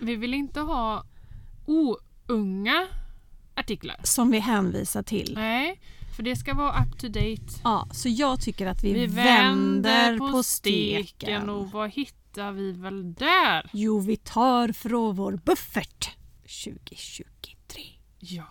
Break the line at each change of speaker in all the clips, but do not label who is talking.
Vi vill inte ha ounga artiklar.
som vi hänvisar till.
Nej, för det ska vara up to date.
Ja, så jag tycker att vi, vänder på, steken.
och vad hittar vi väl där?
Jo, vi tar från vår buffert 2023.
Ja.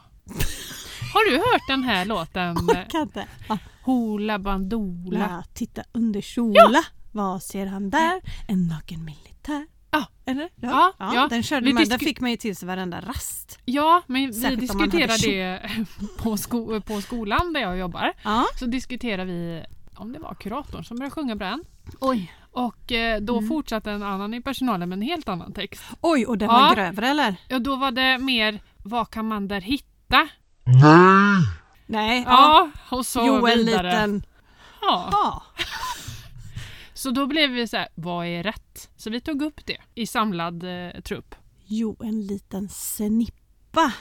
Har du hört den här låten?
Orkar inte. Ja,
Hoola Bandoola.
la, titta under kjola. Vad ser han där? En naken militär.
Ja.
Eller?
Ja, ja.
Den, körde
Vi
man, den
disku-
fick man ju till sig varenda rast.
Ja, men vi
Särskilt om man
diskuterar
hade
det på, sko- på skolan där jag jobbar.
Ja.
Så diskuterar vi om det var kuratorn som började sjunga på den.
Oj.
Och eh, då
Mm.
fortsatte en annan i personalen med en helt annan text.
Oj, och den
Ja.
var grövre eller?
Ja, då var det mer vad kan man där hitta?
Nej.
Ja, och så
Jo, en
vidare.
liten...
Ja.
Ja.
Så då blev vi så här, vad är rätt? Så vi tog upp det i samlad eh, trupp.
Jo, en liten snippa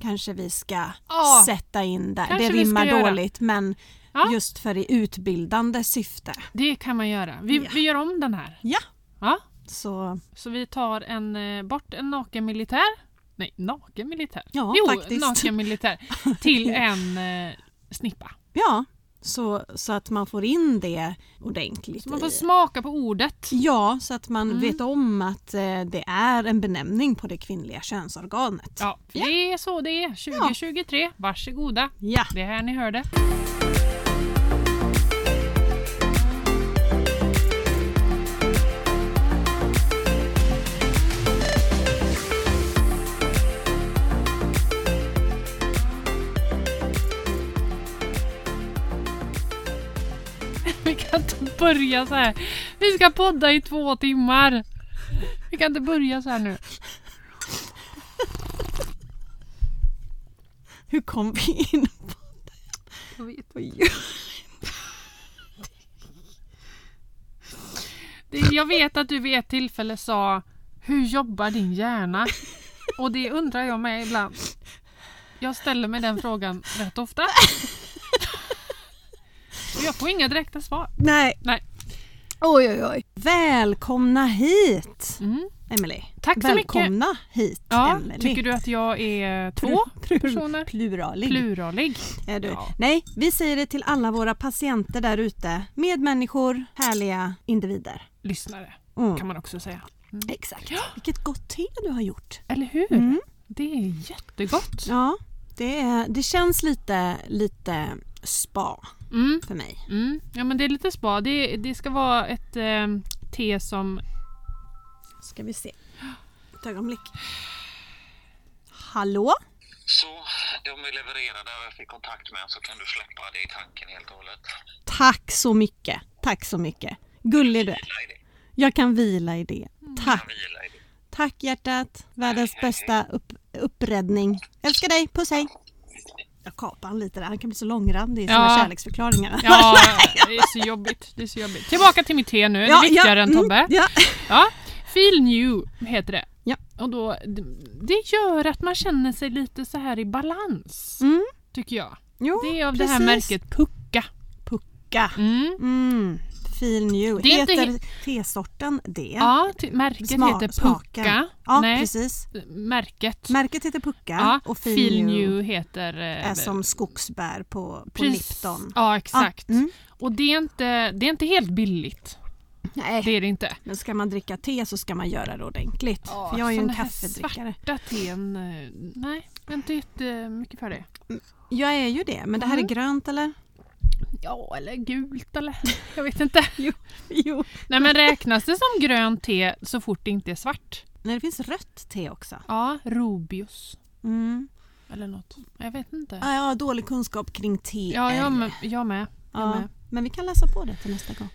kanske vi ska
Ja.
sätta in där.
Kanske
det
vi ska
rimmar
göra.
dåligt men
Ja.
just för i utbildande syfte.
Det kan man göra. Vi,
Ja.
vi gör om den här.
Ja.
Ja.
Så
Så vi tar en, eh, bort en naken militär. Nej, naken militär.
ja,
jo,
faktiskt.
naken militär. Till en eh, snippa.
Ja, så, så att man får in det ordentligt.
Så man
i-
får smaka på ordet.
Ja, så att man
Mm.
vet om att eh, det är en benämning på det kvinnliga könsorganet.
Ja, för det är så det är. 2023. Varsågoda.
Ja.
Det är här ni hörde. Vi kan inte börja så här. Vi ska podda i två timmar. Vi kan inte börja så här nu.
Hur kom vi in
Jag vet.
på just...
Det- Jag vet att du vid ett tillfälle sa Hur jobbar din hjärna? Och det undrar jag med ibland. Jag ställer mig den frågan rätt ofta. Och jag får inga direkta svar.
Nej.
Nej.
Oj, oj, oj. Välkomna hit,
Mm.
Emily.
Tack så mycket.
Välkomna hit,
Ja,
Emily.
tycker du att jag är två
Plu-
personer?
Pluralig.
Pluralig.
är du.
Ja.
Nej, vi säger det till alla våra patienter där ute. Medmänniskor, härliga individer.
Lyssnare
Mm.
kan man också säga.
Exakt. Vilket gott te du har gjort.
Eller hur?
Mm.
Det är jättegott.
Ja, det, är, det känns lite, lite spa
Mm.
för mig.
Mm. Ja men det är lite spa. Det, det ska vara ett eh, te som...
Ska vi se. Ett ögonblick. Hallå?
Så, de är levererade där jag fick kontakt med så kan du släppa det i tanken helt och hållet.
Tack så mycket. Tack så mycket. Gullig du är.
Vila i det.
Jag kan vila i det.
Mm.
Jag
Tack.
vilar i det.
Tack hjärtat. Världens bästa upp, uppräddning. Älskar dig. Puss hej. Jag kapar han lite där. Han kan bli så långrandig i sina
Ja.
kärleksförklaringar.
Ja, det är så jobbigt. Det är så jobbigt. Tillbaka till mitt te nu. det är viktigare än
mm,
Tobbe.
Ja.
Ja. Feel new heter det.
Ja.
Och då, det- det gör att man känner sig lite så här i balans.
Mm.
Tycker jag.
Jo,
Det är av det här
precis.
märket Pucka.
Pucka.
Mm.
Mm. Feel new.
Det är inte
Heter tesorten det?
Ja, ty- märket
Sma-
heter
smaken.
Pucka.
Ja,
Nej,
precis.
märket.
Märket heter Pucka
ja.
och
feel,
Feel,
new,
new
heter... eh,
är som skogsbär på, på
precis-
Lipton.
Ja, exakt.
mm.
Och det är, inte, det är inte helt billigt.
Nej,
Det är det inte.
men ska man dricka te så ska man göra det ordentligt.
Ja,
för jag är ju en
såna här
kaffedrickare.
svarta teen, eh, nej, jag är inte jättemycket för det.
Jag är ju det, men det här
Mm.
är grönt eller?
Ja, eller gult eller jag vet inte.
Jo.
Nej men räknas det som grönt te så fort det inte är svart?
Nej, det finns rött te också.
Ja, Rubius
Mm.
eller något. Jag vet inte.
Ah, jag har dålig kunskap kring te.
Ja, jag med. Jag med. Jag
Ja,
med.
Men vi kan läsa på det till nästa gång.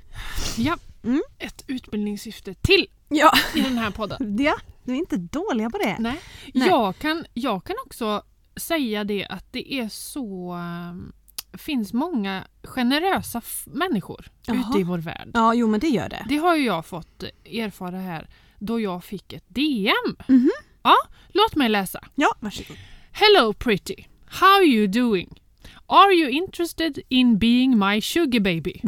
Ja,
Mm.
ett utbildningssyfte till
Ja,
i den här podden.
ja du är inte dåliga på det.
Nej.
Nej.
Jag, kan, jag kan också säga det att det är så... eh, finns många generösa f- människor
Jaha.
ute i vår värld.
Ja, jo men det gör det.
Det har ju jag fått eh, erfara här då jag fick ett DM.
Mhm.
Ja, låt mig läsa.
Ja, varsågod.
Hello pretty, how you doing? Are you interested in being my sugar baby?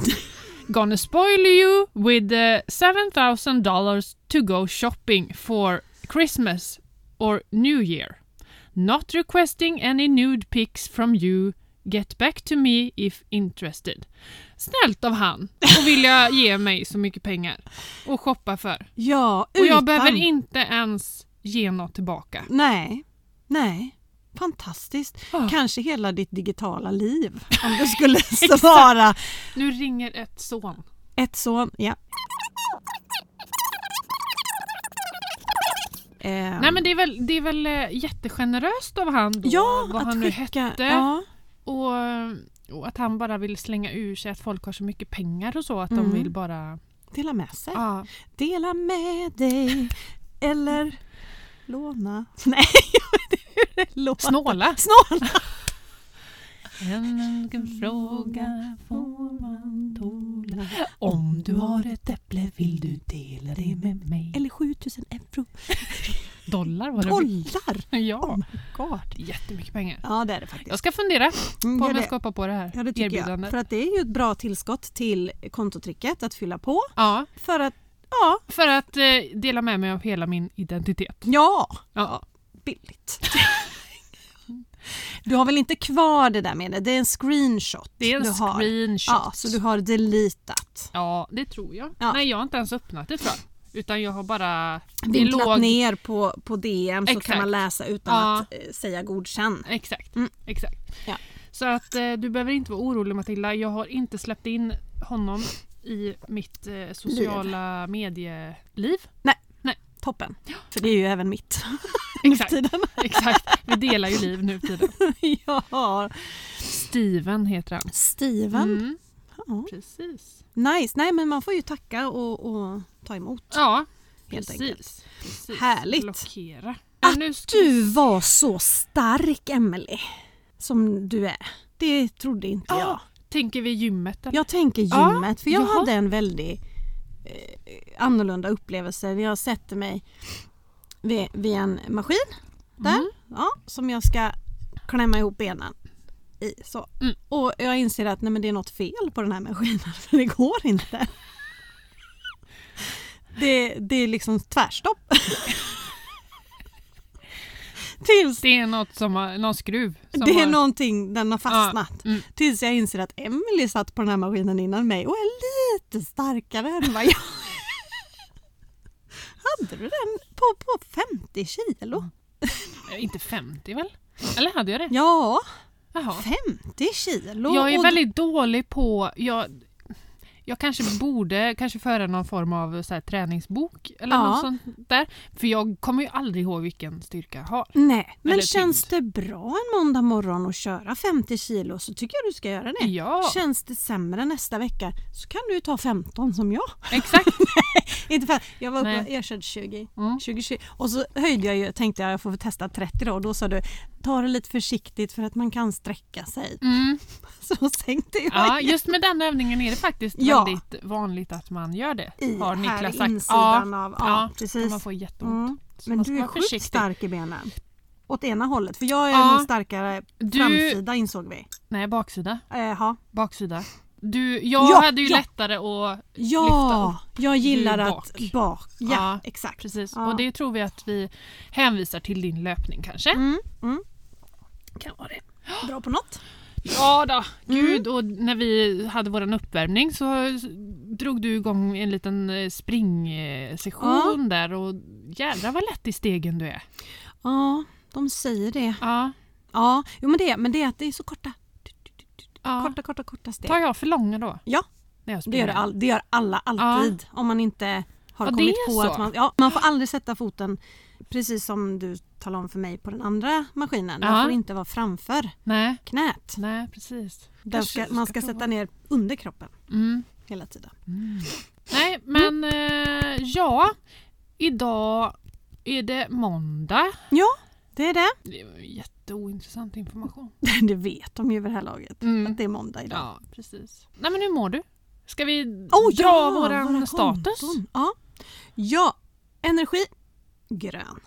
Gonna uh, spoil you with the $7,000 to go shopping for Christmas or New Year. Not requesting any nude pics from you. Get back to me if interested. Snällt av han och vilja ge mig så mycket pengar och shoppa för.
Ja,
Och
utan.
jag behöver inte ens ge något tillbaka.
Nej, nej. Fantastiskt.
Ja.
Kanske hela ditt digitala liv om du skulle svara
Nu ringer ett son.
ett son. Ja. Eh,
Nej men det är väl, det är väl eh, jättegeneröst av han då,
ja,
vad
att
han nu
skicka.
hette.
Ja,
Och, och att han bara vill slänga ur sig att folk har så mycket pengar och så att
Mm.
de vill bara...
dela med sig.
Ja.
Dela med dig. Eller låna. Nej, jag vet inte hur det låter.
Snåla!
Snål.
En fråga får man tåla Om du har ett äpple vill du dela det med mig
Eller 7000 euro.
Dollar var det
Dollar! Oh
Ja,
my god.
jättemycket pengar.
Ja, det är det faktiskt.
Jag ska fundera
Mm,
på
gör
om jag
det.
ska hoppa på det här
Ja, det tycker jag.
erbjudandet.
För att det är ju ett bra tillskott till kontotricket att fylla på.
Ja,
För att, ja,
för att eh, dela med mig av hela min identitet.
ja,
Ja.
billigt. Du har väl inte kvar det där med det? Det är en screenshot.
Det är en
du har.
screenshot.
Ja, så du har deletat.
Ja, det tror jag.
Ja.
Nej, jag har inte ens öppnat det tror jag. Utan jag har bara... det
Vinklat
låg-
ner på, på DM så kan
Exakt.
man läsa utan
Ja.
att eh, säga godkänn.
Exakt.
Mm.
exakt.
Ja.
Så att eh, du behöver inte vara orolig Matilda. Jag har inte släppt in honom i mitt eh, sociala medieliv.
Toppen. För det är ju även mitt.
Exakt.
Tiden.
exakt. Vi delar ju liv nu för tiden.
ja.
Steven heter han.
Steven.
Mm,
Ja.
precis.
Nice. Nej men man får ju tacka och, och ta emot.
Ja,
Helt
precis. precis.
Härligt.
Blockera.
Att
nu ska vi
Du var så stark Emelie. Som du är. Det trodde inte
Ja.
jag.
Tänker vi gymmet eller?
Jag tänker
Ja,
gymmet. För jag
jaha.
hade en väldigt eh, annorlunda upplevelse. Jag sätter mig vid, vid en maskin där.
Mm.
Ja, som jag ska klämma ihop benen i. Så.
Mm.
Och jag inser att nej, men det är något fel på den här maskinen. För det går inte. Det, det är liksom tvärstopp. Tills
Det är något som har, någon skruv. Som
det är
har,
någonting, den har fastnat.
mm.
Tills jag inser att Emily satt på den här maskinen innan mig och är lite starkare än vad jag Hade du den på, på 50 kilo?
eh, Inte 50 väl? Eller hade jag det?
Ja,
Jaha.
50 kilo!
Jag är
Och-
väldigt dålig på... Jag, jag kanske borde kanske föra någon form av så här, träningsbok eller
Ja.
något sånt där. För jag kommer ju aldrig ihåg vilken styrka jag har.
Nej, men
Eller
känns det bra en måndag morgon att köra 50 kilo så tycker jag du ska göra det.
Ja,
Känns det sämre nästa vecka så kan du ju ta 15 som jag.
exakt.
Inte för, jag var uppe,
Nej.
jag körde 20.
Mm.
20, 20. Och så höjde jag ju, tänkte jag jag får väl testa 30 då och då sa du ta det lite försiktigt för att man kan sträcka sig.
Mm.
Så sänkte jag
Ja, just med den övningen är det faktiskt
Ja.
väldigt vanligt att man gör det.
i
har
här
Niklas sagt.
insidan
ja,
av. Ja,
ja,
precis.
man får jätteont.
Mm.
Så
Men
man ska
du är
vara
sjukt
försiktig.
stark i benen. Åt ena hållet, för jag är
Ja.
nog starkare
Du-
framsida insåg vi.
Nej, baksida.
Eh, ja.
Baksida. Du, jag
Ja,
hade ju
ja.
lättare att...
ja, jag gillar
Du är
att
bak.
bak. Ja,
Ja.
exakt.
Precis.
Ja.
Och det tror vi att vi hänvisar till din löpning kanske.
Mm, mm.
Kan vara det.
Bra på något.
Ja då, gud
Mm.
och när vi hade våran uppvärmning så drog du igång en liten eh, springsession där och jädrar vad lätt i stegen du är.
Ja, de säger det.
Ja,
Ja, jo, men, det, men det är att det är så korta.
ja.
Korta, korta, korta steg.
Tar jag för långa då?
Ja.
När jag
Det gör,
springer?
all, det gör alla alltid om man inte
Ja,
har
det
kommit
är
på
så.
att man... Ja, man får aldrig sätta foten precis som du talade om för mig på den andra maskinen. Den
Ja.
får inte vara framför
Nej,
knät.
nej precis.
Den
Kanske
ska,
vi
man ska
prova.
sätta ner under kroppen
Mm.
hela tiden.
Nej men eh, ja, idag är det måndag.
Det är det.
Det var ju jätteointressant information.
Det vet de ju vid det här laget.
Mm.
Att det är måndag idag.
Ja, precis. Nej men hur mår du? Ska vi
Oh,
dra
ja,
våran
våra
status?
konton. Ja. ja, energi. Grön.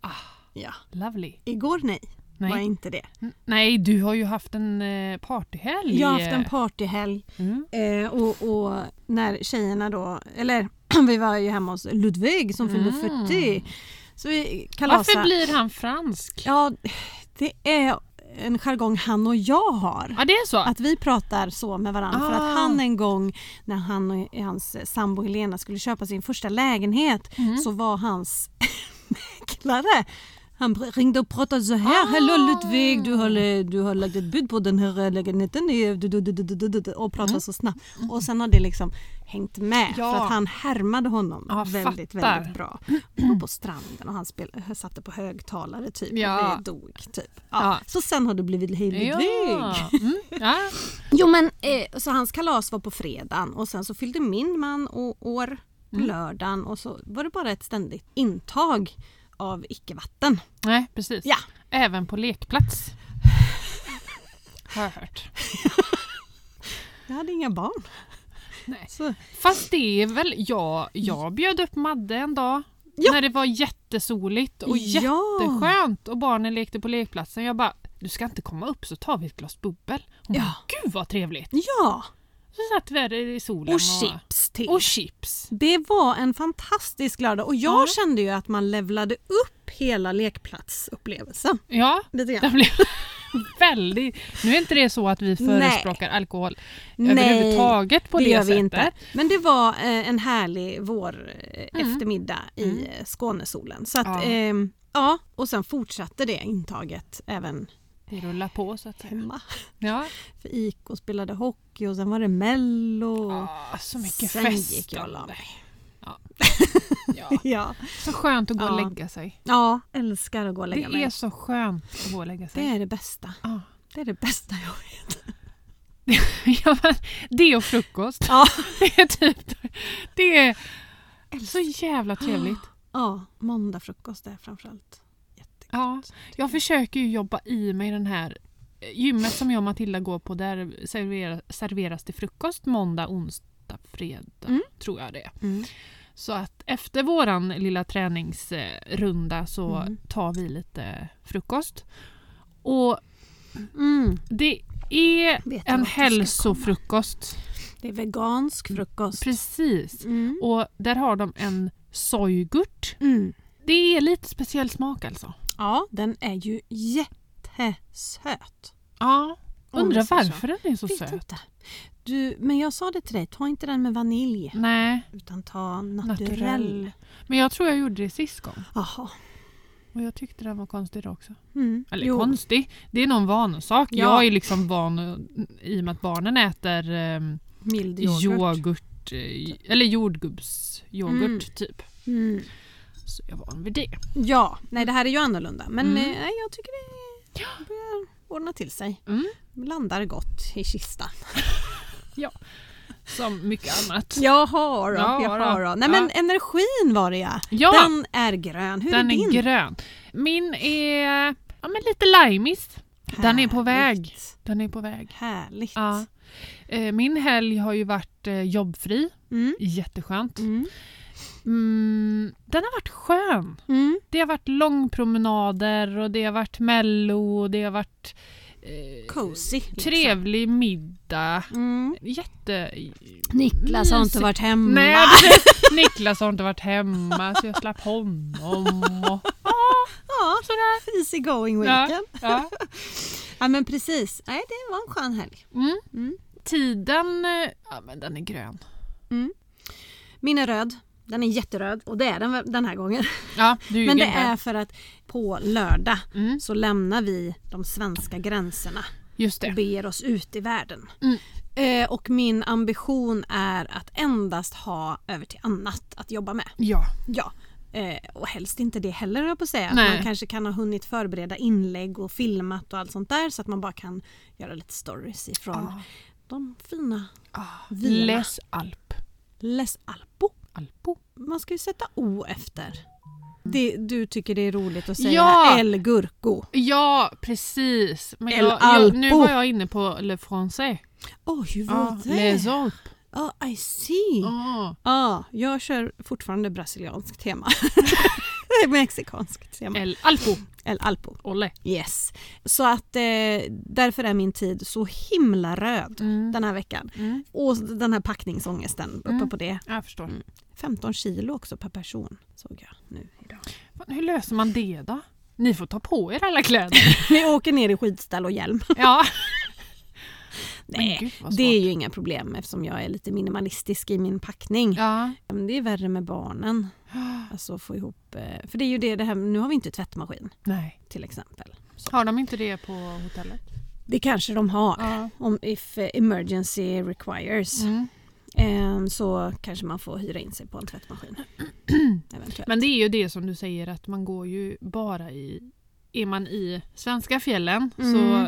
Ah.
Ja.
Lovely.
Igår nej,
Nej.
var inte det.
N- Nej, du har ju haft en eh, partyhelg.
Jag har haft en partyhelg.
Mm.
Eh, och, och när tjejerna då, eller vi var ju hemma hos Ludvig som fyllde
Mm.
40. Så vi
Varför
kalasade.
blir han fransk? Ja,
Ja, det är en jargong han och jag har.
det är så?
Att vi pratar så med varandra. För
Ah.
att han en gång när han och hans sambo Helena skulle köpa sin första lägenhet
Mm.
så var hans mäklare han ringde och pratade så
Ah.
här. Hallå Ludvig, du har, du har lagt ett bud på den här eh, lägenheten. i- du- du- du- du- du- du- du- Och pratade så snabbt. Och sen har det liksom hängt med.
Mm. Ja.
För att han härmade honom
Ja,
väldigt,
fattar.
väldigt bra. Och på stranden och han spel, satte på högtalare typ.
Ja.
Och det dog typ. Ja.
Ja.
Så sen har det blivit Hej Ludvig.
ja. Mm, ja.
Jo men eh, så hans kalas var på fredagen och sen så fyllde min man å- år på lördagen och så var det bara ett ständigt intag av icke-vatten.
Nej, precis.
Ja.
Även på lekplats. Har jag hört.
Jag hade inga barn.
Nej.
Så,
Fast det är väl, jag, jag bjöd upp Madde en dag
Ja.
när det var jättesoligt och
Ja.
jätteskönt och barnen lekte på lekplatsen. Jag bara, du ska inte komma upp så tar vi ett glas bubbel. Hon
Ja.
bara, gud vad trevligt!
ja,
Så satt vi där i solen
och chips till.
och chips.
det var en fantastisk lördag och jag kände ju att man levlade upp hela lekplatsupplevelsen.
Ja,
Lite grann.
det blev väldigt... Nu är inte det så att vi förespråkar alkohol
Nej,
överhuvudtaget på det,
det gör vi
sättet.
inte. Men det var eh, en härlig vår eh, eftermiddag i eh, Skånesolen. Så att,
Mm. Ja.
ja. ja, och sen fortsatte det intaget även
Det rullar på så att säga.
hemma.
Ja.
För IK spelade hockey och sen var det mello.
Ah, så mycket
sen
festande.
gick jag och la mig.
Ja. ja.
Ja.
Så skönt att gå och
Ja.
lägga sig.
ja, älskar att gå och
Det
lägga mig.
är så skönt att gå och lägga
Det
sig.
är det bästa.
Ja.
Det är det bästa jag vet.
Ja, men det och frukost.
Ja,
Det är typ... Det är så jävla trevligt.
ja måndagfrukost är framförallt jättegott.
Ja, jag försöker ju jobba i mig den här eh, gymmet som jag och Matilda går på där serveras, serveras det frukost måndag, onsdag, fredag
Mm.
tror jag det är.
Mm.
Så att efter våran lilla träningsrunda så
Mm.
tar vi lite frukost. Och
Mm.
det är
Vet jag
en
vart du ska
hälsofrukost.
Det är vegansk frukost.
Precis.
Mm.
Och där har de en sojgurt.
Mm.
Det är lite speciell smak alltså.
Ja, den är ju jättesöt.
Ja,
Om
undrar
det är så.
varför den är så
Vet
söt.
inte. Du, men jag sa det till dig, ta inte den med vanilj
Nej.
utan ta
Naturell.
naturell.
Men jag tror jag gjorde det sist gång.
Jaha.
Och jag tyckte den var konstig då också.
Mm.
Eller
Jo.
konstig, det är någon vanesak.
Ja.
Jag är liksom van i och med att barnen äter ehm,
Mild yoghurt.
yoghurt, eh, eller jordgubbsyoghurt
Mm.
typ.
Mm.
Så jag är van vid det.
Ja, nej det här är ju annorlunda men
Mm.
eh, nej, jag tycker det börjar ordna till sig.
Mm.
Landar gott i kistan.
Som mycket annat.
Jaha då,
Ja,
jaha
då.
då. Nej men energin var det ja.
Ja, den,
Den är grön. Hur är din?
är grön. Min är ja, men lite limeis. Den är på väg.
Härligt.
Den är på väg.
Härligt.
Ja. Eh, Min helg har ju varit eh, jobbfri.
Mm.
Jätteskönt.
Mm.
Mm, den har varit skön.
Mm.
Det har varit långpromenader och det har varit mello och det har varit eh,
Cozy. liksom.
trevlig middag.
Mm.
Jätte...
Niklas har inte
Mysigt.
varit hemma.
Nej, precis. Niklas har inte varit hemma så jag slapp honom. Och,
Ja, easy going
Ja.
weekend. Ja.
ja.
men precis. Nej, det var en skön helg.
mm.
Mm.
Tiden, eh, ja men den är grön.
Min är röd. Den är jätteröd och det är den väl den här gången.
Ja, du ljuger
Men det
inte.
är för att på lördag
Mm,
så lämnar vi de svenska gränserna
just
och
det.
beger oss ut i världen.
Mm.
Eh, och min ambition är att endast ha över till annat att jobba med.
Ja.
Ja. Eh, och helst inte det heller höll jag på att säga.
Nej.
Man kanske kan ha hunnit förbereda inlägg och filmat och allt sånt där så att man bara kan göra lite stories ifrån
Ah,
de fina
ah.
Vilorna.
Les Alp.
Les Alpo.
Alpo.
Man ska ju sätta O efter. Det, du tycker det är roligt att säga
Ja!
El Gurko.
Ja, precis. Men
El
jag, jag, nu
Alpo.
var jag inne på Le Français.
Åh, hur
Ja,
var det?
Les Alpes.
Ja, I see. Ja,
Ja.
jag kör fortfarande brasilianskt tema. Mexikanskt ser man.
Ah. El Alpo.
El Alpo.
Olle.
Yes. Så att eh, därför är min tid så himla röd
Mm.
den här veckan.
Mm.
Och den här packningsångesten uppe
Mm.
på det.
Jag förstår.
15 kilo också per person såg jag nu idag.
Fan, Hur löser man det då? Ni får ta på er alla kläder.
Vi åker ner i skidställ och hjälm.
Ja.
Nej,
gud, vad
det är
svårt.
ju inga problem eftersom jag är lite minimalistisk i min packning.
Ja.
Men det är värre med barnen. Alltså få ihop... eh, För det är ju det, det här, nu har vi inte tvättmaskin
Nej.
till exempel.
Har de inte det på hotellet?
Det kanske de har.
Ja.
Om if eh, emergency requires
Mm.
eh, så kanske man får hyra in sig på en tvättmaskin. Eventuellt.
Typ. Men det är ju det som du säger att man går ju bara i... Är man i svenska fjällen så,
Mm.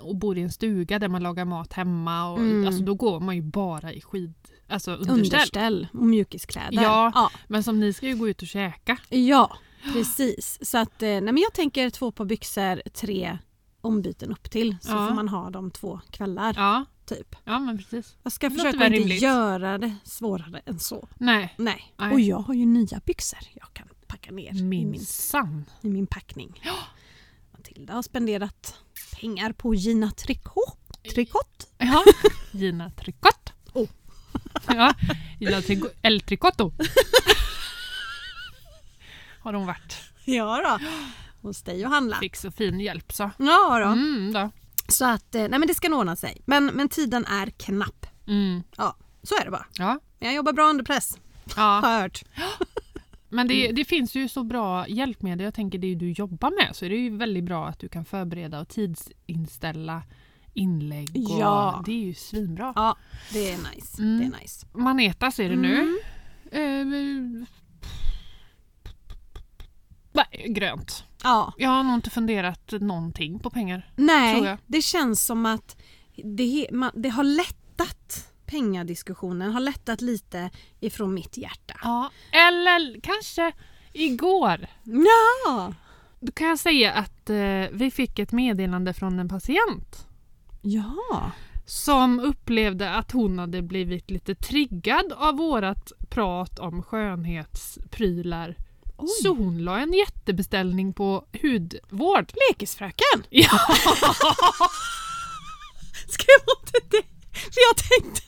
och bor i en stuga där man lagar mat hemma och,
Mm.
alltså, då går man ju bara i skid... Alltså underställ.
Underställ och mjukiskläder.
Ja.
Ja,
Men som ni ska ju gå ut och käka.
ja precis. Så att, eh, nej men jag tänker två par byxor, tre ombyten upp till så
Ja.
får man ha dem två kvällar.
Ja,
Typ.
ja men precis.
Jag ska
Det låter
försöka
väl
inte
rimligt.
göra det svårare än så.
Nej.
Nej.
Nej.
Och jag har ju nya byxor jag kan packa ner i min,
Minsann.
i min packning. Matilda har spenderat pengar på Gina Tricot. Tricot?
Ja. Gina Tricot.
Oh.
Ja, Gina Trico- El Tricotto. Har hon varit.
Ja då. Hos dig och handla.
Fick så fin hjälp så.
Ja då.
Mm, då.
Så att, eh, nej men det ska nog ordna sig. Men, men tiden är knapp.
Mm,
Ja, så är det bara.
ja.
Men jag jobbar bra under press.
ja.
Har jag hört.
Men det, det finns ju så bra hjälpmedel. Jag tänker det du jobbar med så är det ju väldigt bra att du kan förbereda och tidsinställa inlägg. Och
Ja.
Det är ju svinbra.
Ja, det är nice.
Mm.
Det är nice.
Manetas är det nu. Eh, nej, grönt.
Ja,
Jag har nog inte funderat någonting på pengar. Tror jag.
nej, det känns som att det, he- man, det har lättat. Pengadiskussionen har lättat lite ifrån mitt hjärta.
Ja. Eller kanske igår.
Ja!
Då kan jag säga att eh, vi fick ett meddelande från en patient
Ja.
som upplevde att hon hade blivit lite triggad av vårat prat om skönhetsprylar.
Oj.
Så hon la en jättebeställning på hudvård.
Lekisfröken!
Ja.
Skrev hon till dig? För jag tänkte...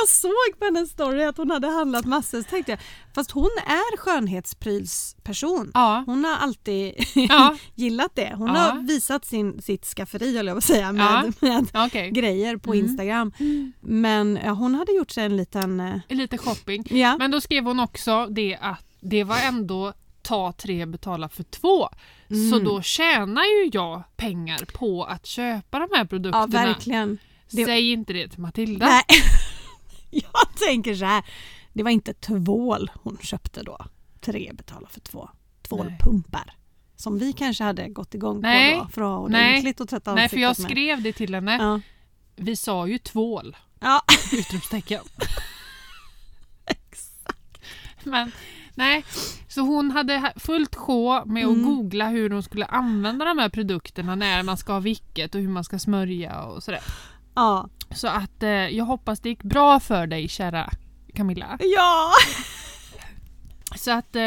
Jag såg på hennes story att hon hade handlat massor så tänkte jag, fast hon är skönhetsprylsperson.
ja.
Hon har alltid
Ja.
gillat det. Hon
Ja.
har visat sin, sitt skafferi höll jag på att säga med, med
Ja, Okej. Mm.
grejer på Instagram. Men ja, hon hade gjort sig en liten... eh,
Lite shopping.
Ja.
Men då skrev hon också det att det var ändå ta tre betala för två.
Mm.
Så då tjänar ju jag pengar på att köpa de här
ja,
produkterna.
verkligen. Det-
Säg inte det till Matilda.
Nej. Jag tänker så här. Det var inte tvål hon köpte då. Tre betalar för två. Tvålpumpar. Som vi kanske hade gått igång
Nej.
på då för att ha
Nej.
ordentligt och tvätta
Nej, för jag
ansiktet med.
skrev det till henne.
Ja.
Vi sa ju tvål!
Ja.
Utropstecken. Men nej, så hon hade ha- fullt sjå med att googla hur hon skulle använda de här produkterna, när man ska ha vilket och hur man ska smörja och sådär.
Ja.
Så att eh, jag hoppas det gick bra för dig kära Camilla.
ja.
Så att, eh,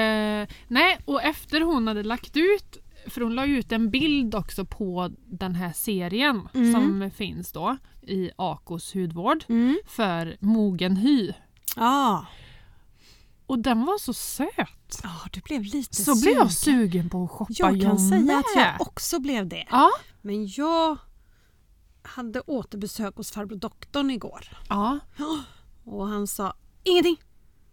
nej, och efter hon hade lagt ut, för hon la ju ut en bild också på den här serien
Mm.
som finns då i Akos hudvård för mogen hy.
Mm. Ja.
Och den var så söt!
Ja, du blev lite
Så blev jag
sugen.
sugen på att shoppa
Jag kan
med.
säga att jag också blev det.
Ja,
Men jag hade återbesök hos farbror doktorn igår.
ja,
Och han sa ingenting.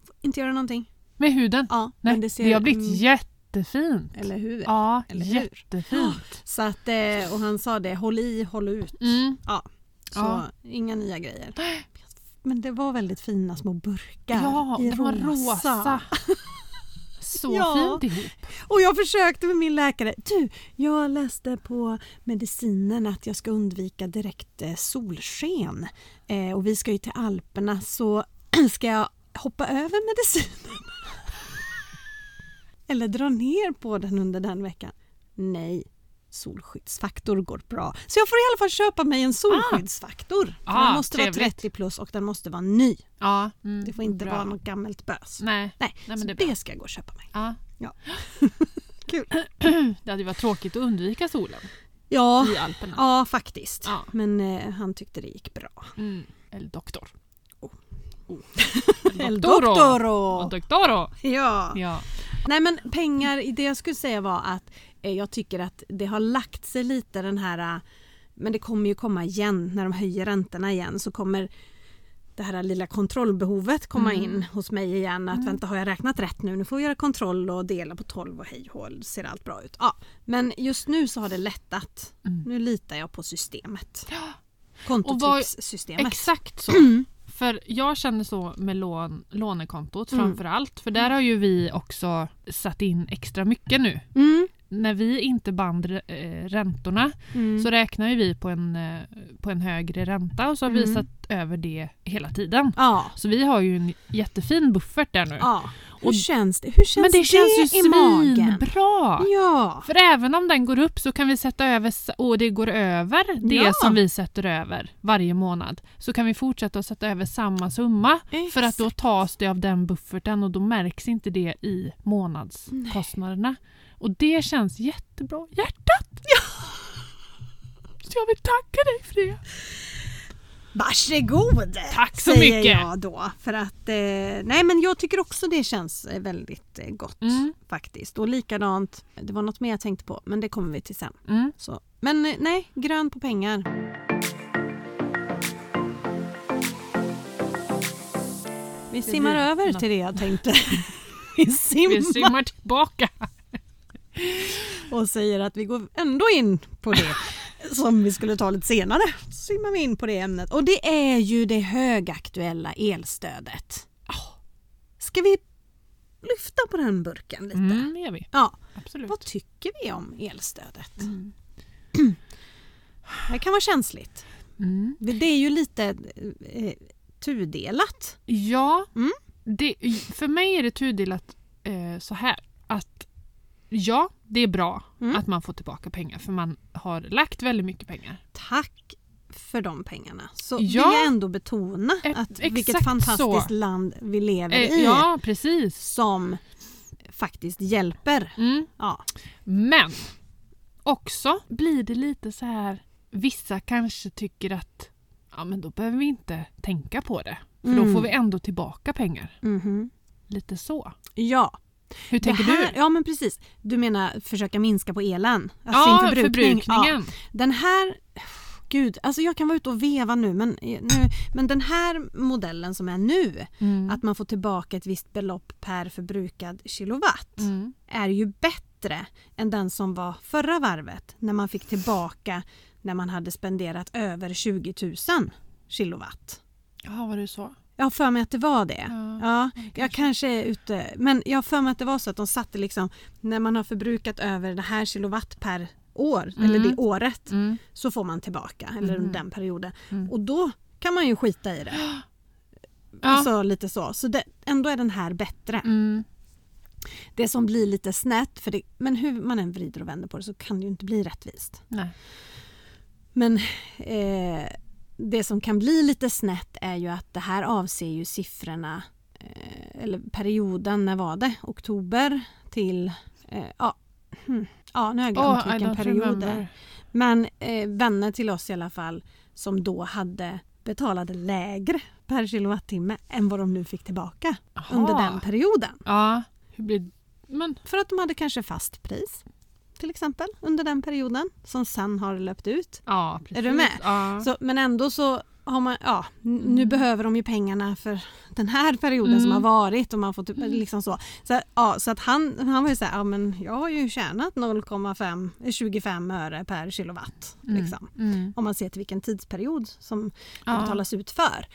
Får inte göra någonting.
med huden.
Ja,
nej,
men
det,
det ser...
har blivit
mm,
jättefint.
Eller hur?
ja,
eller hur?
jättefint.
Så att, eh, och han sa det, håll i, håll ut.
Mm.
Ja, så
Ja.
inga nya grejer. Men det var väldigt fina små burkar
Ja,
i
den var rosa. Så
Ja.
fint ihop.
Och jag försökte med min läkare. Du, jag läste på medicinen att jag ska undvika direkt eh, solsken. Eh, och vi ska ju till Alperna så ska jag hoppa över medicinen. Eller dra ner på den under den veckan. Nej, solskyddsfaktor går bra. Så jag får i alla fall köpa mig en solskyddsfaktor. För
Ah,
den måste vara
trevligt.
30 plus och den måste vara ny.
Ja. Mm,
Det får inte
bra.
vara något gammelt bös.
Nej.
Nej,
men
så
det
det,
är bra.
ska jag gå och köpa mig.
Ja.
Ja. Kul.
Det hade ju varit tråkigt att undvika solen
Ja,
i Alperna.
ja faktiskt.
Ja.
Men eh, han tyckte det gick bra.
Mm. Eller doktor.
Oh.
Oh.
El
Doktoro.
doctoro!
Och Doktoro.
Ja.
Ja.
Nej men pengar, det jag skulle säga var att eh, jag tycker att det har lagt sig lite den här, eh, men det kommer ju komma igen när de höjer räntorna igen så kommer det här lilla kontrollbehovet komma
Mm.
in hos mig igen. Att vänta, har jag räknat rätt nu? Nu får vi göra kontroll och dela på 12 och hej och håll, ser allt bra ut? Ja, men just nu så har det lättat.
Mm.
Nu litar jag på systemet.
Och vad-
Kontotipssystemet.
Exakt så. För jag känner så med lån, lånekontot
Mm.
framför allt. För där har ju vi också satt in extra mycket nu.
Mm.
När vi inte band eh, räntorna
Mm.
så räknar ju vi på en, eh, på en högre ränta och så har vi
Mm.
satt över det hela tiden.
Ja.
Så vi har ju en jättefin buffert där nu.
ja. Hur
Och-
känns det? Hur känns
Men det känns ju
i magen?
svinbra!
Ja.
För även om den går upp så kan vi sätta över, s- och det går över det
Ja.
som vi sätter över varje månad, så kan vi fortsätta att sätta över samma summa. För att då tas det av den bufferten och då märks inte det i månadskostnaderna. Och det känns jättebra i hjärtat! Så jag vill tacka dig för det.
Varsågod!
Tack så
säger
mycket.
jag då. För att, eh, nej men jag tycker också det känns eh, väldigt eh, gott
Mm.
faktiskt. Och likadant, det var något mer jag tänkte på men det kommer vi till sen.
Mm.
Så. Men eh, nej, grön på pengar. Vi simmar
blir
över
något.
till det jag tänkte. vi simmar
Vi simmar tillbaka.
och säger att vi går ändå in på det som vi skulle ta lite senare. Så simmar vi in på det ämnet. Och det är ju det högaktuella elstödet. Ska vi lyfta på den burken lite?
Mm, det gör vi.
Ja.
Absolut.
Vad tycker vi om elstödet? Det kan vara känsligt.
Mm.
Det det är ju lite eh, tudelat.
Ja,
Mm.
det, för mig är det tudelat eh, så här. Att ja, det är bra
Mm.
att man får tillbaka pengar för man har lagt väldigt mycket pengar.
Tack för de pengarna. Så
Ja.
vill jag ändå betona
Ett-
att vilket
exakt
fantastiskt
så.
land vi lever
Eh,
i.
ja, precis.
som faktiskt hjälper.
Mm.
Ja.
Men också blir det lite så här. Vissa kanske tycker att ja, men då behöver vi inte tänka på det. För då
Mm.
får vi ändå tillbaka pengar.
Mhm.
Lite så.
ja.
Hur tänker
det här,
du?
Ja men precis. Du menar försöka minska på elen? Alltså
Ja,
sin förbrukning.
förbrukningen.
Ja. Den här... Gud, alltså jag kan vara ute och veva nu men, eh, nu, men den här modellen som är nu,
Mm.
att man får tillbaka ett visst belopp per förbrukad kilowatt,
Mm.
är ju bättre än den som var förra varvet när man fick tillbaka när man hade spenderat över 20 000 kilowatt.
Ja, var det så?
Jag har för mig att det var det.
Ja,
Ja, Jag kanske är ute, men jag har för mig att det var så att de satte liksom när man har förbrukat över det här kilowatt per år eller det året
Mm.
så får man tillbaka eller under den perioden och då kan man ju skita i det.
Ja.
Alltså lite så. Så det, ändå är den här bättre.
Mm.
Det som blir lite snett, för det, men hur man än vrider och vänder på det så kan det ju inte bli rättvist.
Nej.
Men eh, det som kan bli lite snett är ju att det här avser ju siffrorna eh, eller perioden, när var det? Oktober till eh, ja, hmm. ja, nu har jag glömt
Oh, I
vilken
don't
period det
remember.
är. Men eh, vänner till oss i alla fall som då hade betalade lägre per kilowattimme än vad de nu fick tillbaka
Aha.
under den perioden.
Ja, hur blir... Men,
För att de hade kanske fast pris till exempel under den perioden som sen har löpt ut.
ja, precis.
Är du med?
Ja. Mm.
Så, men ändå så har man, ja, n- nu behöver de ju pengarna för den här perioden som har varit och man får
Mm.
typ, liksom så. Så, ja, så att han, han var ju såhär, ja men jag har ju tjänat 0,5, 25 eh, öre per kilowatt. Liksom.
Mm.
Om man ser till vilken tidsperiod som
Ja.
det betalas ut för.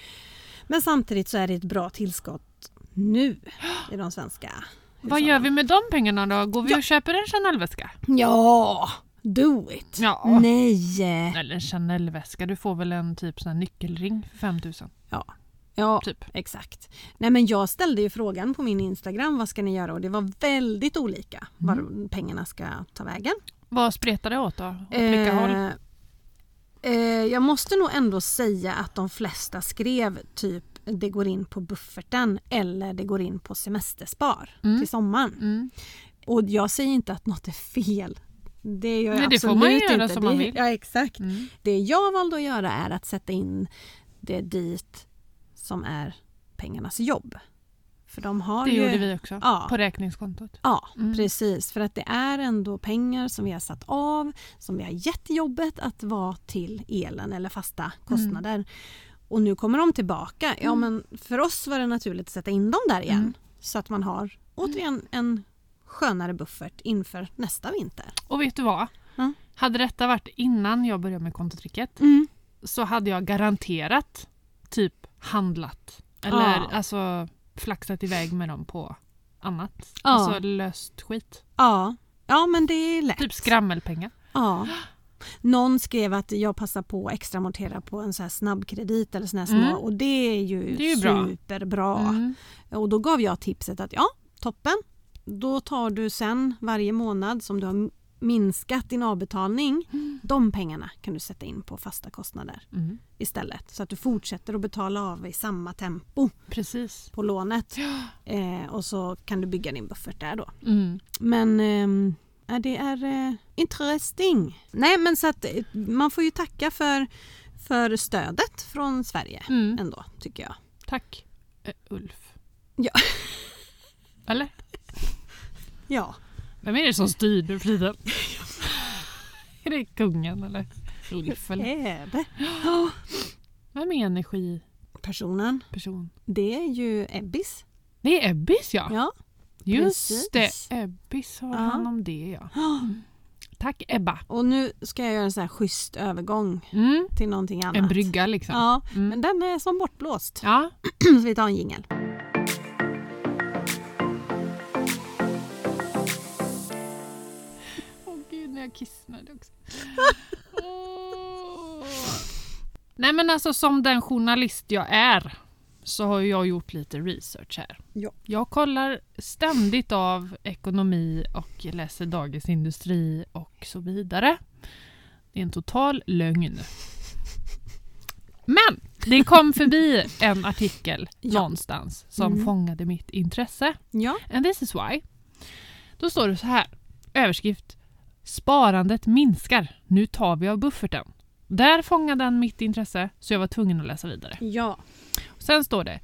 Men samtidigt så är det ett bra tillskott nu i de svenska
Vad
hushållen.
gör vi med de pengarna då? Går vi och köper en Chanel-väska?
Ja, do it!
Ja.
Nej!
Eller en Chanel-väska, du får väl en typ sån här nyckelring för 5000.
Ja. Ja,
Typ.
Exakt. Nej men jag ställde ju frågan
Mm.
på min Instagram, vad ska ni göra? Och det var väldigt olika var pengarna ska ta vägen.
Vad spretar det åt då? Åt vilka håll?
Eh, eh, jag måste nog ändå säga att de flesta skrev typ det går in på bufferten eller det går in på semesterspar
Mm.
till sommaren.
Mm.
Och jag säger inte att något är fel. Det gör jag
Nej, det får
absolut
man ju göra
inte.
som
Det-
man vill.
Ja, exakt.
Mm.
Det jag valde att göra är att sätta in det dit som är pengarnas jobb. För de har
Det
ju...
gjorde vi också.
Ja.
På räkningskontot.
Ja,
Mm.
precis. För att det är ändå pengar som vi har satt av, som vi har gett jobbet att vara till elen eller
Mm.
fasta kostnader. Och nu kommer de tillbaka. Ja, men för oss var det naturligt att sätta in dem där igen.
Mm.
Så att man har återigen en skönare buffert inför nästa vinter.
Och vet du vad?
Ja. Mm.
Hade detta varit innan jag började med kontotricket så hade jag garanterat typ handlat. Eller
Ja.
alltså flaxat iväg med dem på annat.
Ja.
Alltså löst skit.
Ja. ja, men det är lätt.
Typ skrammelpengar.
Ja. Någon skrev att jag passar på att extra amortera på en så här snabbkredit eller sån här
Mm.
små och det är ju,
Det är ju bra.
superbra.
Mm.
Och då gav jag tipset att ja, toppen. Då tar du sen varje månad som du har minskat din avbetalning. De pengarna kan du sätta in på fasta kostnader
Mm.
istället. Så att du fortsätter att betala av i samma tempo
Precis.
på lånet. Eh, och så kan du bygga din buffert där då.
Mm.
Men ehm, ja, det är eh, interesting. Nej men så att eh, man får ju tacka för, för stödet från Sverige
Mm.
ändå tycker jag.
Tack eh, Ulf.
Ja.
Eller?
Ja.
Vem är det som styr nu för tiden? är det kungen eller Ulf? Eller?
Är det?
Vem är energiperson?
Personen Det är ju Ebbis.
Det är Ebbis ja.
Ja.
Just
precis.
det, Ebbis har
Ja.
hand om det ja. Tack Ebba.
Och nu ska jag göra en sån här schysst övergång
Mm.
till någonting annat.
En brygga liksom. Ja.
Ja,
Mm.
men den är som bortblåst.
Ja.
Så vi tar en jingel.
Åh gud, när jag kissnade också. Åh. Nej men alltså som den journalist jag är så har ju jag gjort lite research här.
Ja.
Jag kollar ständigt av ekonomi och läser Dagens Industri och så vidare. Det är en total lögn. Men det kom förbi en artikel
Ja.
någonstans som
Mm.
fångade mitt intresse.
Ja.
And this is why. Då står det så här. Överskrift. Sparandet minskar. Nu tar vi av bufferten. Där fångade den mitt intresse så jag var tvungen att läsa vidare.
Ja.
Sen står det.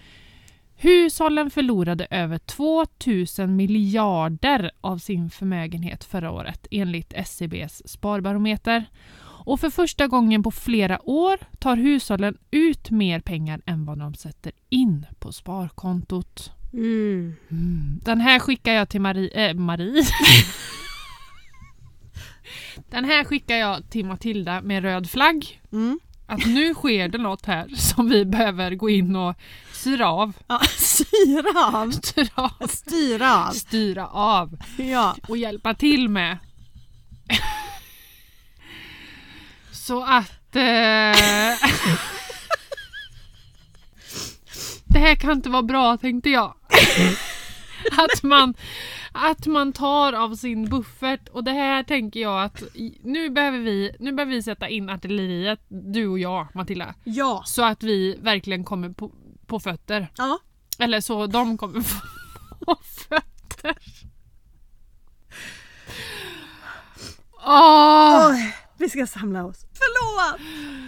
Hushållen förlorade över 2000 miljarder av sin förmögenhet förra året enligt SCBs sparbarometer. Och för första gången på flera år tar hushållen ut mer pengar än vad de sätter in på sparkontot.
Mm.
Den här skickar jag till Marie... Äh, Marie. Den här skickar jag till Matilda med röd flagg.
Mm.
Att nu sker det något här som vi behöver gå in och syra av.
Ja, styra av.
Styra av.
Styra av.
Styra av
Ja.
och hjälpa till med. Så att... Eh... Det här kan inte vara bra tänkte jag. Att man, att man tar av sin buffert och det här tänker jag att i- nu behöver vi, nu behöver vi sätta in artilleriet, du och jag Matilda.
Ja.
Så att vi verkligen kommer på, på fötter.
Ja.
Eller så de kommer få på fötter. Åh!
Oj, vi ska samla oss. Förlåt!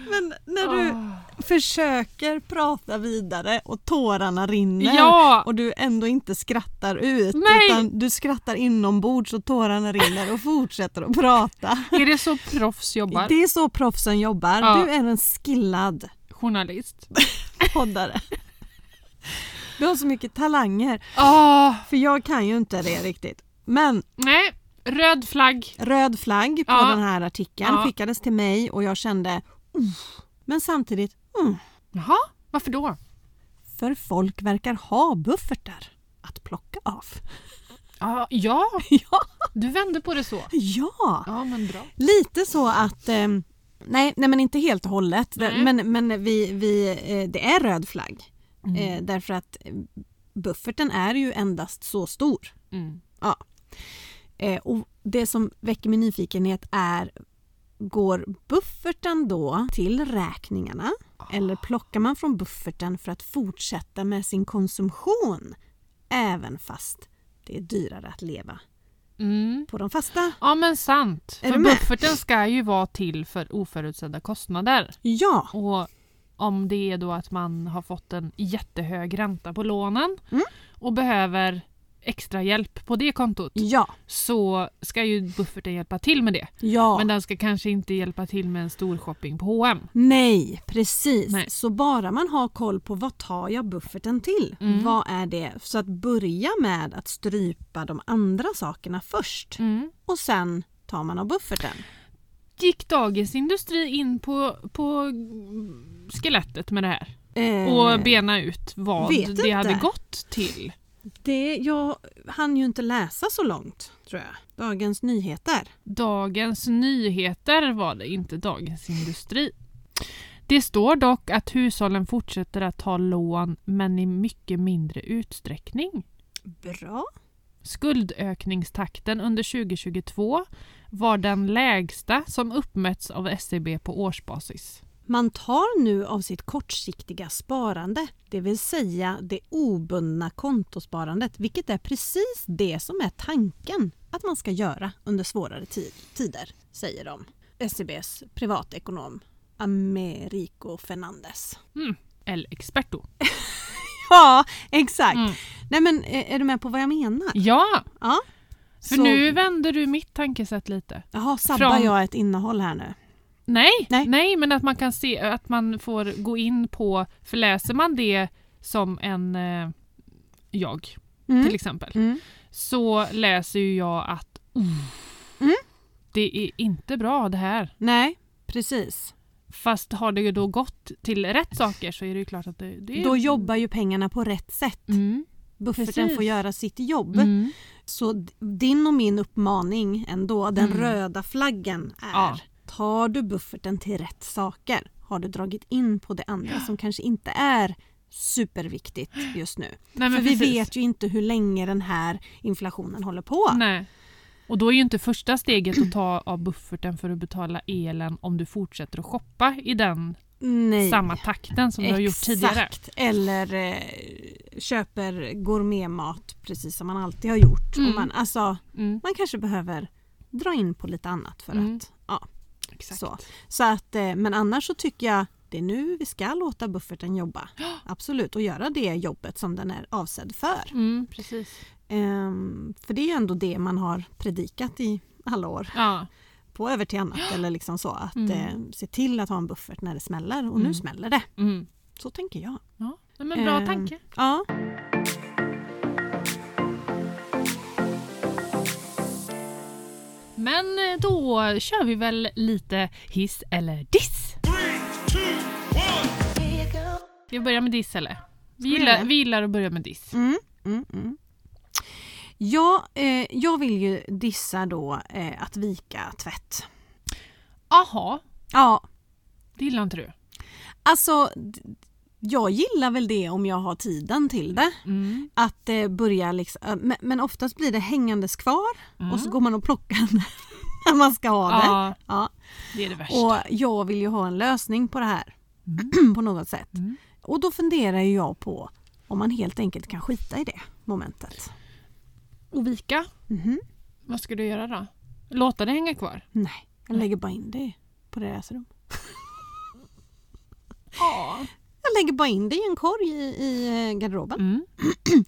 Men när du
Åh.
försöker prata vidare och tårarna rinner
Ja.
och du ändå inte skrattar ut
Nej.
utan du skrattar inombords och tårarna rinner och fortsätter att prata.
Är det så proffs jobbar?
Det är så proffsen jobbar.
Ja.
Du är en skillad
Journalist.
poddare. Du har så mycket talanger.
Åh!
För jag kan ju inte det riktigt. Men
Nej, röd flagg.
röd flagg på
Ja.
den här artikeln
Ja.
skickades till mig och jag kände "Uff." men samtidigt mm,
Jaha, varför då?
För folk verkar ha buffertar att plocka av.
Ja, ja,
Ja!
du vände på det så.
ja.
Ja, men bra.
Lite så att ehm, Nej, nej men inte helt och hållet.
Nej.
Men, men vi, vi, eh, det är röd flagg. Eh, därför att eh, bufferten är ju endast så stor.
Mm.
Ja. Eh, och det som väcker min nyfikenhet är, går bufferten då till räkningarna? Eller plockar man från bufferten för att fortsätta med sin konsumtion? Även fast det är dyrare att leva
Mm.
på de fasta?
Ja men sant.
Är
För
du med?
bufferten ska ju vara till för oförutsedda kostnader.
Ja!
Och om det är då att man har fått en jättehög ränta på lånen
Mm.
och behöver extra hjälp på det kontot
Ja!
så ska ju bufferten hjälpa till med det.
Ja!
Men den ska kanske inte hjälpa till med en stor shopping på H&M.
Nej, precis.
Nej.
Så bara man har koll på vad tar jag bufferten till?
Mm.
Vad är det? Så att börja med att strypa de andra sakerna först
Mm.
och sen tar man av bufferten.
Gick Dagens Industri in på, på skelettet med det här
Eh,
och bena ut vad
vet
det
inte.
hade gått till?
det, jag hann ju inte läsa så långt, tror jag. Dagens Nyheter.
Dagens Nyheter var det, inte Dagens Industri. Det står dock att hushållen fortsätter att ta lån men i mycket mindre utsträckning.
Bra.
Skuldökningstakten under 2022 var den lägsta som uppmätts av SCB på årsbasis.
Man tar nu av sitt kortsiktiga sparande, det vill säga det obundna kontosparandet, vilket är precis det som är tanken att man ska göra under svårare ti- tider, säger de. SEBs privatekonom Americo Fernandez.
Eller expert då.
Ja, exakt.
Mm.
Nej men eh, är är du med på vad jag menar?
Ja,
Ja.
för
Så-
nu vänder du mitt tankesätt lite.
Jaha, sabbar
Från-
jag ett innehåll här nu?
Nej,
Nej.
nej. men att man kan se att man får gå in på, för läser man det som en eh, jag till
Mm.
exempel,
Mm.
så läser ju jag att
Mm.
det är inte bra det här.
Nej, precis.
Fast har det ju då gått till rätt saker så är det ju klart att det, det är...
Då jobbar ju pengarna på rätt sätt.
Mm,
Bufferten
precis.
får göra sitt jobb.
mm.
Så d- din och min uppmaning ändå, den
Mm.
röda flaggen är
Ja.
tar du bufferten till rätt saker? Har du dragit in på det andra som kanske inte är superviktigt just nu?
Nej, men
För vi
precis.
vet ju inte hur länge den här inflationen håller på.
Nej. Och då är ju inte första steget att ta av bufferten för att betala elen om du fortsätter att shoppa i den
Nej.
samma takten som du har gjort tidigare.
Exakt. Eller eh, köper gourmetmat precis som man alltid har gjort.
Mm.
Och man, alltså,
Mm,
man kanske behöver dra in på lite annat för
Mm.
att ja,
exakt.
Så. Så att, eh, men annars så tycker jag det är nu vi ska låta bufferten jobba. Absolut, och göra det jobbet som den är avsedd för.
Mm, precis.
Ehm, för det är ju ändå det man har predikat i alla år.
Ja.
På över till annat eller liksom så. Att
Mm.
eh, se till att ha en buffert när det smäller och nu
Mm.
smäller det.
Mm.
Så tänker jag.
ja. Nej, men bra
Ehm,
tanke.
Ja.
Men eh, då kör vi väl lite hiss eller diss. Vi börjar med diss eller? Vi
vi
gillar,
det?
vi gillar att börja med diss.
Mm, mm, mm. Ja, eh, jag vill ju dissa då eh, att vika tvätt.
Aha,
Ja,
det gillar inte du.
Alltså, d- jag gillar väl det om jag har tiden till det.
Mm.
Att eh, börja liksom, eh, men, men oftast blir det hängandes kvar
Mm.
och så går man och plockar när man ska ha det.
Ja,
Ja.
det är det värsta.
Och jag vill ju ha en lösning på det här på något sätt.
Mm.
Och då funderar ju jag på om man helt enkelt kan skita i det momentet.
Och vika,
Mhm.
vad ska du göra då? Låta det hänga kvar?
Nej, jag lägger bara in det på deras rum.
Ja.
Jag lägger bara in det i en korg i, i eh, garderoben.
Mm.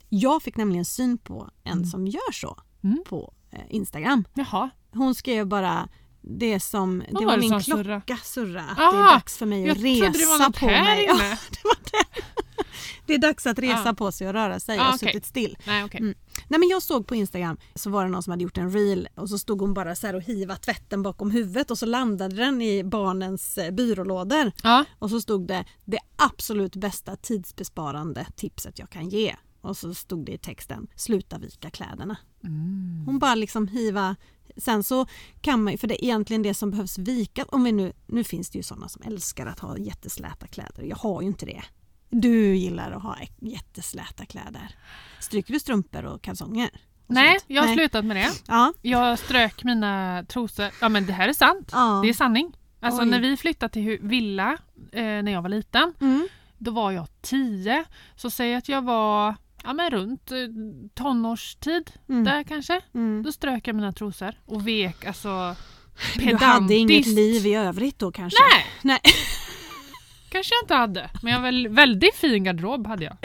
Jag fick nämligen syn på en som gör så
Mm.
på eh, Instagram.
Jaha.
Hon skrev bara det som, det
Vad
var
var det
min
som
klocka surra. att det är
Ah,
dags för mig
Jag
att
trodde det var
resa
något
på
här
mig. Ja,
inne.
det, var det. det är dags att resa
Ah.
på sig och röra sig.
Ah,
Jag har
okej.
suttit still.
Nej okej.
Mm. Nej men jag såg på Instagram så var det någon som hade gjort en reel och så stod hon bara så här och hiva tvätten bakom huvudet och så landade den i barnens eh, byrålådor.
Ja.
Och så stod det det absolut bästa tidsbesparande tipset jag kan ge. Och så stod det i texten sluta vika kläderna.
Mm.
Hon bara liksom hiva. Sen så kan man ju, för det är egentligen det som behövs vika. Om vi nu, nu finns det ju sådana som älskar att ha jättesläta kläder. Jag har ju inte det. Du gillar att ha ek- jättesläta kläder. Stryker du strumpor och kalsonger?
Nej,
sånt.
jag har slutat med det.
Ja.
Jag strök mina trosor. Ja men det här är sant.
ja.
Det är sanning. Alltså
Oj.
när vi flyttade till hu- villa eh, när jag var liten,
Mm.
då var jag 10. Så säg att jag var ja, men runt eh, tonårstid
Mm.
där kanske.
Mm.
Då strök jag mina trosor och vek alltså
Du
pedantiskt.
hade inget liv i övrigt då kanske?
Nej,
Nej.
kanske jag inte hade. Men jag var väl- väldigt fin garderob hade jag.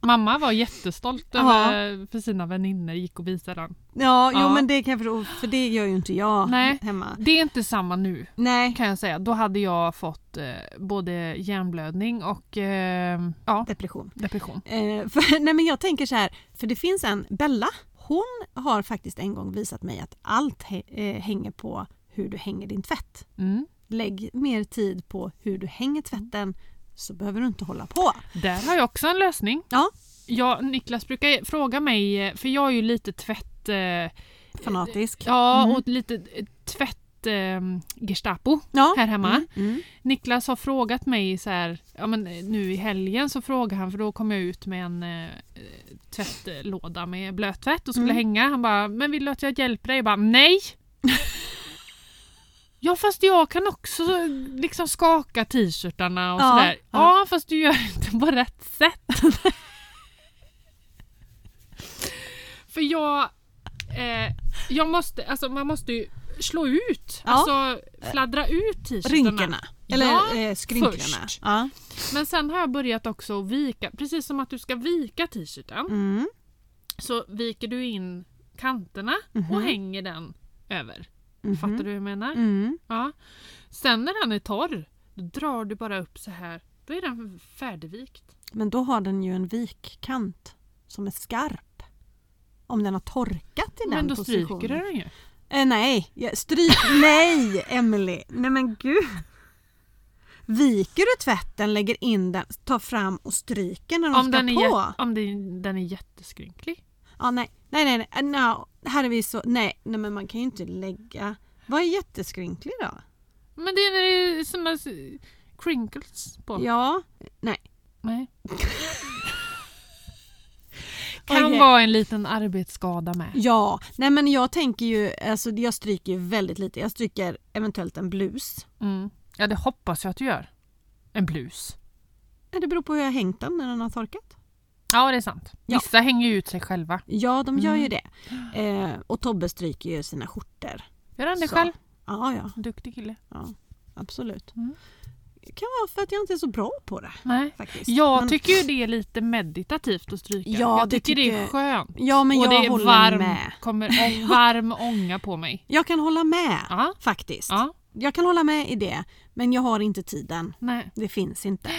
Mamma var jättestolt
Ja.
över eh, för sina vänner gick och visade den.
Ja, jo
Ja.
men det kan jag förstå, för det gör ju inte jag
Nej.
hemma.
Det är inte samma nu.
Nej.
kan jag säga. Då hade jag fått eh, både hjärnblödning och eh, ja,
Depression.
depression.
Eh, för, nej men jag tänker så här, för det finns en Bella. Hon har faktiskt en gång visat mig att allt hä- eh, hänger på hur du hänger din tvätt.
Mm.
Lägg mer tid på hur du hänger tvätten så behöver du inte hålla på.
Där har jag också en lösning.
Ja.
Jag, Niklas brukar fråga mig, eh, för jag är ju lite tvätt... Eh,
Fanatisk.
ja,
Mm.
och lite eh, tvätt... Eh, Gestapo
Ja.
här hemma.
Mm. Mm.
Niklas har frågat mig så här, ja men eh, nu i helgen så frågade han för då kom jag ut med en eh, tvättlåda med blöttvätt och skulle
Mm.
hänga. Han bara, men vill du att jag hjälper dig? Jag bara, nej! ja fast jag kan också liksom skaka t-shirtarna och
Ja,
sådär.
ja.
Ja fast du gör det inte på rätt sätt. för jag, eh, jag måste, alltså man måste ju slå ut,
Ja.
alltså fladdra ut t-shirtarna.
Rynkorna. Eller
Ja,
eh, skrynkorna.
först.
Ja.
Men sen har jag börjat också att vika, precis som att du ska vika t-shirten,
Mm.
så viker du in kanterna och hänger den över.
Mhm.
Fattar du hur jag menar?
Mm.
Ja. Sen när den är torr, då drar du bara upp så här. Då är den färdigvikt.
Men då har den ju en vikkant som är skarp. Om den har torkat i
Men
den
då
positionen.
stryker du den ju.
Eh, nej, Ja, stryk, nej Emily. Nej men gud. Viker du tvätten, lägger in den, tar fram och stryker när de
Om
ska
den, är
på.
jä- om den, den är jätteskrynklig.
Ja, nej, nej, nej, nej, Eh, no. här är vi så, nej, nej men man kan ju inte lägga. Vad är jätteskrynklig då?
Men det är som en crinkles på.
Ja, nej.
Nej. kan
Okej.
vara en liten arbetsskada med.
Ja, nej men jag tänker ju, alltså jag stryker ju väldigt lite. Jag stryker eventuellt en blus.
Mm. Ja, det hoppas jag att du gör. En blus.
Ja, Det beror på hur jag har hängt den när den har torkat.
Ja, det är sant.
Ja.
Vissa hänger ju ut sig själva.
Ja, de gör ju
Mm.
det. Eh, och Tobbe stryker ju sina skjortor.
Gör han det
Så.
själv?
Ja, ja.
Duktig kille.
Absolut.
Mm.
Det kan vara för att jag inte är så bra på det
Nej.
faktiskt.
Jag
Men-
tycker ju det är lite meditativt att stryka.
Ja,
jag
det
tycker det är
tycker-
skönt.
ja, men
och
jag
det är
håller
varm,
med.
kommer ång, varm ånga på mig.
Jag kan hålla med
Ja,
faktiskt.
ja,
Jag kan hålla med i det, men jag har inte tiden.
nej.
Det finns inte.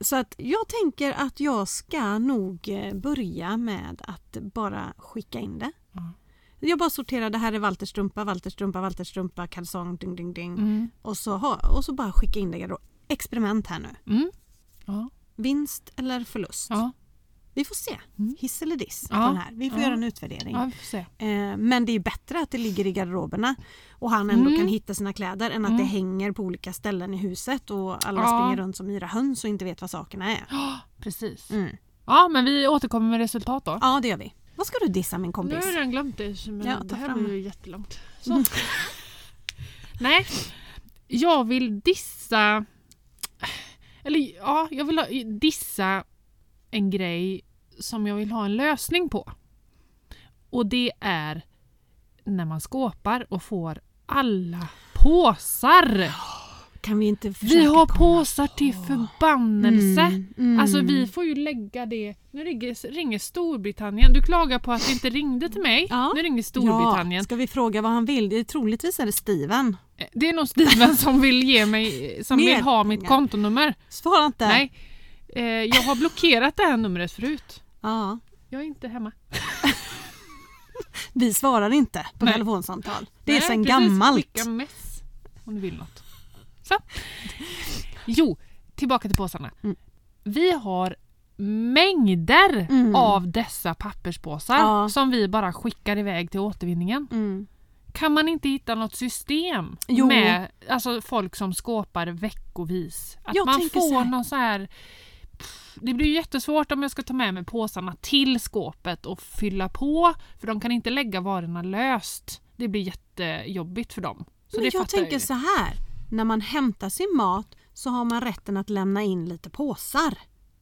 Så att jag tänker att jag ska nog eh, börja med att bara skicka in det.
Ja.
Jag bara sorterar, det här är Walters strumpa, Walters strumpa, Walters strumpa, kalsong, ding ding ding.
Mm.
Och, så ha, och så bara skicka in det. i garderob. Experiment här nu.
Mm. Ja,
Vinst eller förlust?
ja,
Vi får se.
Mm.
Hiss eller diss. på
Ja.
Den här. Vi får
Ja.
göra en utvärdering.
ja, vi får se.
Eh, Men det är ju bättre att det ligger i garderoberna och han ändå
Mm.
kan hitta sina kläder än att det hänger på olika ställen i huset och alla
Ja.
springer runt som yra höns och inte vet vad sakerna är.
Precis.
Mm.
Ja, men vi återkommer med resultat då.
Ja, det gör vi. Vad ska du dissa min
nu
kompis?
har jag redan glömt det, men
Ja, ta
det här
fram Mm.
blir ju jättelångt. Så. nej, jag vill dissa... Eller ja, jag vill ha, dissa en grej som jag vill ha en lösning på. Och det är när man skåpar och får alla påsar.
Kan vi inte försöka?
Vi har
komma-
påsar till förbannelse.
Mm, mm.
Alltså vi får ju lägga det... Nu ringer, ringer Storbritannien. Du klagar på att det inte ringde till mig.
Ja.
Nu ringer Storbritannien. Eh,
Ja, ska vi fråga vad han vill? Det är, troligtvis är det Steven.
Det är nog Steven som vill ge mig... Som
Mer
vill ha mitt
pengar.
kontonummer.
Svara inte.
Nej. Eh, jag har blockerat det här numret förut.
Ja.
Jag är inte hemma.
Vi svarar inte på
Nej.
telefonsamtal. Det är
Nej,
sen
precis.
gammalt.
Skicka mess om du vill något. Så. Jo, tillbaka till påsarna.
Mm.
Vi har mängder
Mm.
av dessa papperspåsar
Ja.
som vi bara skickar iväg till återvinningen.
Mm.
Kan man inte hitta något system
Jo.
med alltså, folk som skåpar veckovis? Att
Jag
man
tänker
får
så här.
någon så här pff, det blir ju jättesvårt om jag ska ta med mig påsarna till skåpet och fylla på. För de kan inte lägga varorna löst. Det blir jättejobbigt för dem. Så
Men
det
jag
fattar
tänker
ju.
så här. När man hämtar sin mat så har man rätten att lämna in lite påsar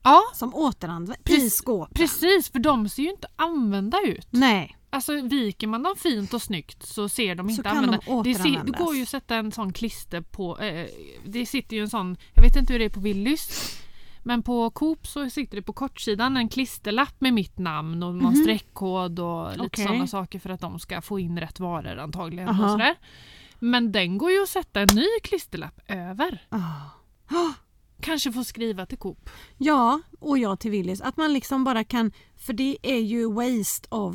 Ja,
som återanvänds i
Precis.
skåp.
precis. För de ser ju inte använda ut.
Nej,
Alltså viker man dem fint och snyggt så ser de
Så
inte
kan de
använda. det, ser, det
återanvändas.
går ju att sätta en sån klister på, eh, det sitter ju en sån, jag vet inte hur det är på Willys, men på Coop så sitter det på kortsidan en klisterlapp med mitt namn och någon streckkod och lite
Mhm. Okej.
sådana saker för att de ska få in rätt varor antagligen.
Aha.
Och sådär. Men den går ju att sätta en ny klisterlapp över.
Ah.
Kanske få skriva till Coop.
Ja, och jag till Willys. Att man liksom bara kan, för det är ju waste of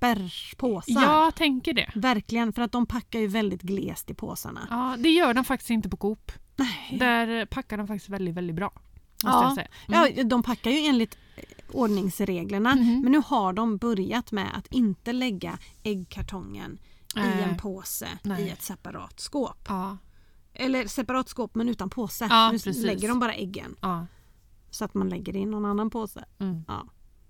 papperspåsar.
Jag tänker det.
Verkligen, för att de packar ju väldigt glest i påsarna.
Ja, det gör de faktiskt inte på Coop.
Nej.
Där packar de faktiskt väldigt, väldigt bra. Måste
Ja.
jag säga.
Ja, de packar ju enligt eh, ordningsreglerna
Mm. Mhm.
men nu har de börjat med att inte lägga äggkartongen i
Nej.
en påse
Nej.
i ett separat skåp.
Ja,
Eller separat skåp men utan påse.
Ja,
nu
precis.
lägger de bara äggen
ja.
så att man lägger det i någon annan påse.
Mm.
Ja.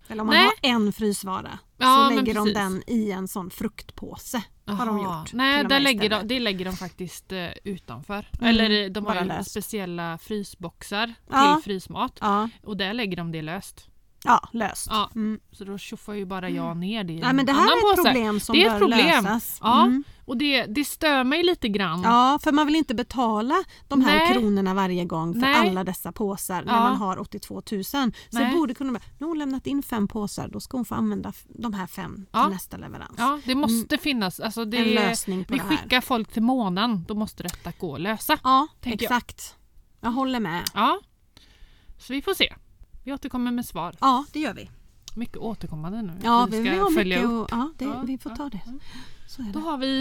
Eller om man
Nej.
har en frysvara
Ja,
så
men
lägger de
precis.
den i en sån fruktpåse. Har de
Aha.
gjort. till
Nej,
och
där
med
lägger de,
istället.
det lägger de faktiskt eh, utanför.
Mm,
Eller eh, de
bara
har ju
löst.
speciella frysboxar
Ja.
till frysmat.
Ja,
Och där lägger de det löst.
ja löst.
Ja.
Mm.
Så då tjoffar ju bara jag ner det i en
Nej, Mm. men det här
annan
är ett
påse.
problem som
Det är
bör
ett problem.
lösas.
Ja.
Mm.
Och det, det stör mig lite grann.
Ja, för man vill inte betala de här
Mm. Nej.
kronorna varje gång för
Nej.
alla dessa påsar när
Ja.
man har 82 000. Så det
Nej.
borde kunna vara, nu har hon lämnat in fem påsar, då ska hon få använda f- de här fem
Ja.
till nästa leverans.
Ja, det måste finnas. Alltså det,
Mm. en lösning på
vi
det här.
skickar folk till månen, då måste detta gå att lösa.
Ja,
tänker jag.
exakt. Jag. håller med.
Ja. Så vi får se. Vi återkommer med svar.
Ja, det gör vi.
Mycket återkommande nu.
Ja,
vi
vi,
ska
vi har
följa
mycket
upp.
och, ja, det,
Ja,
vi får
ja,
ta det. Så är
Då
det.
har vi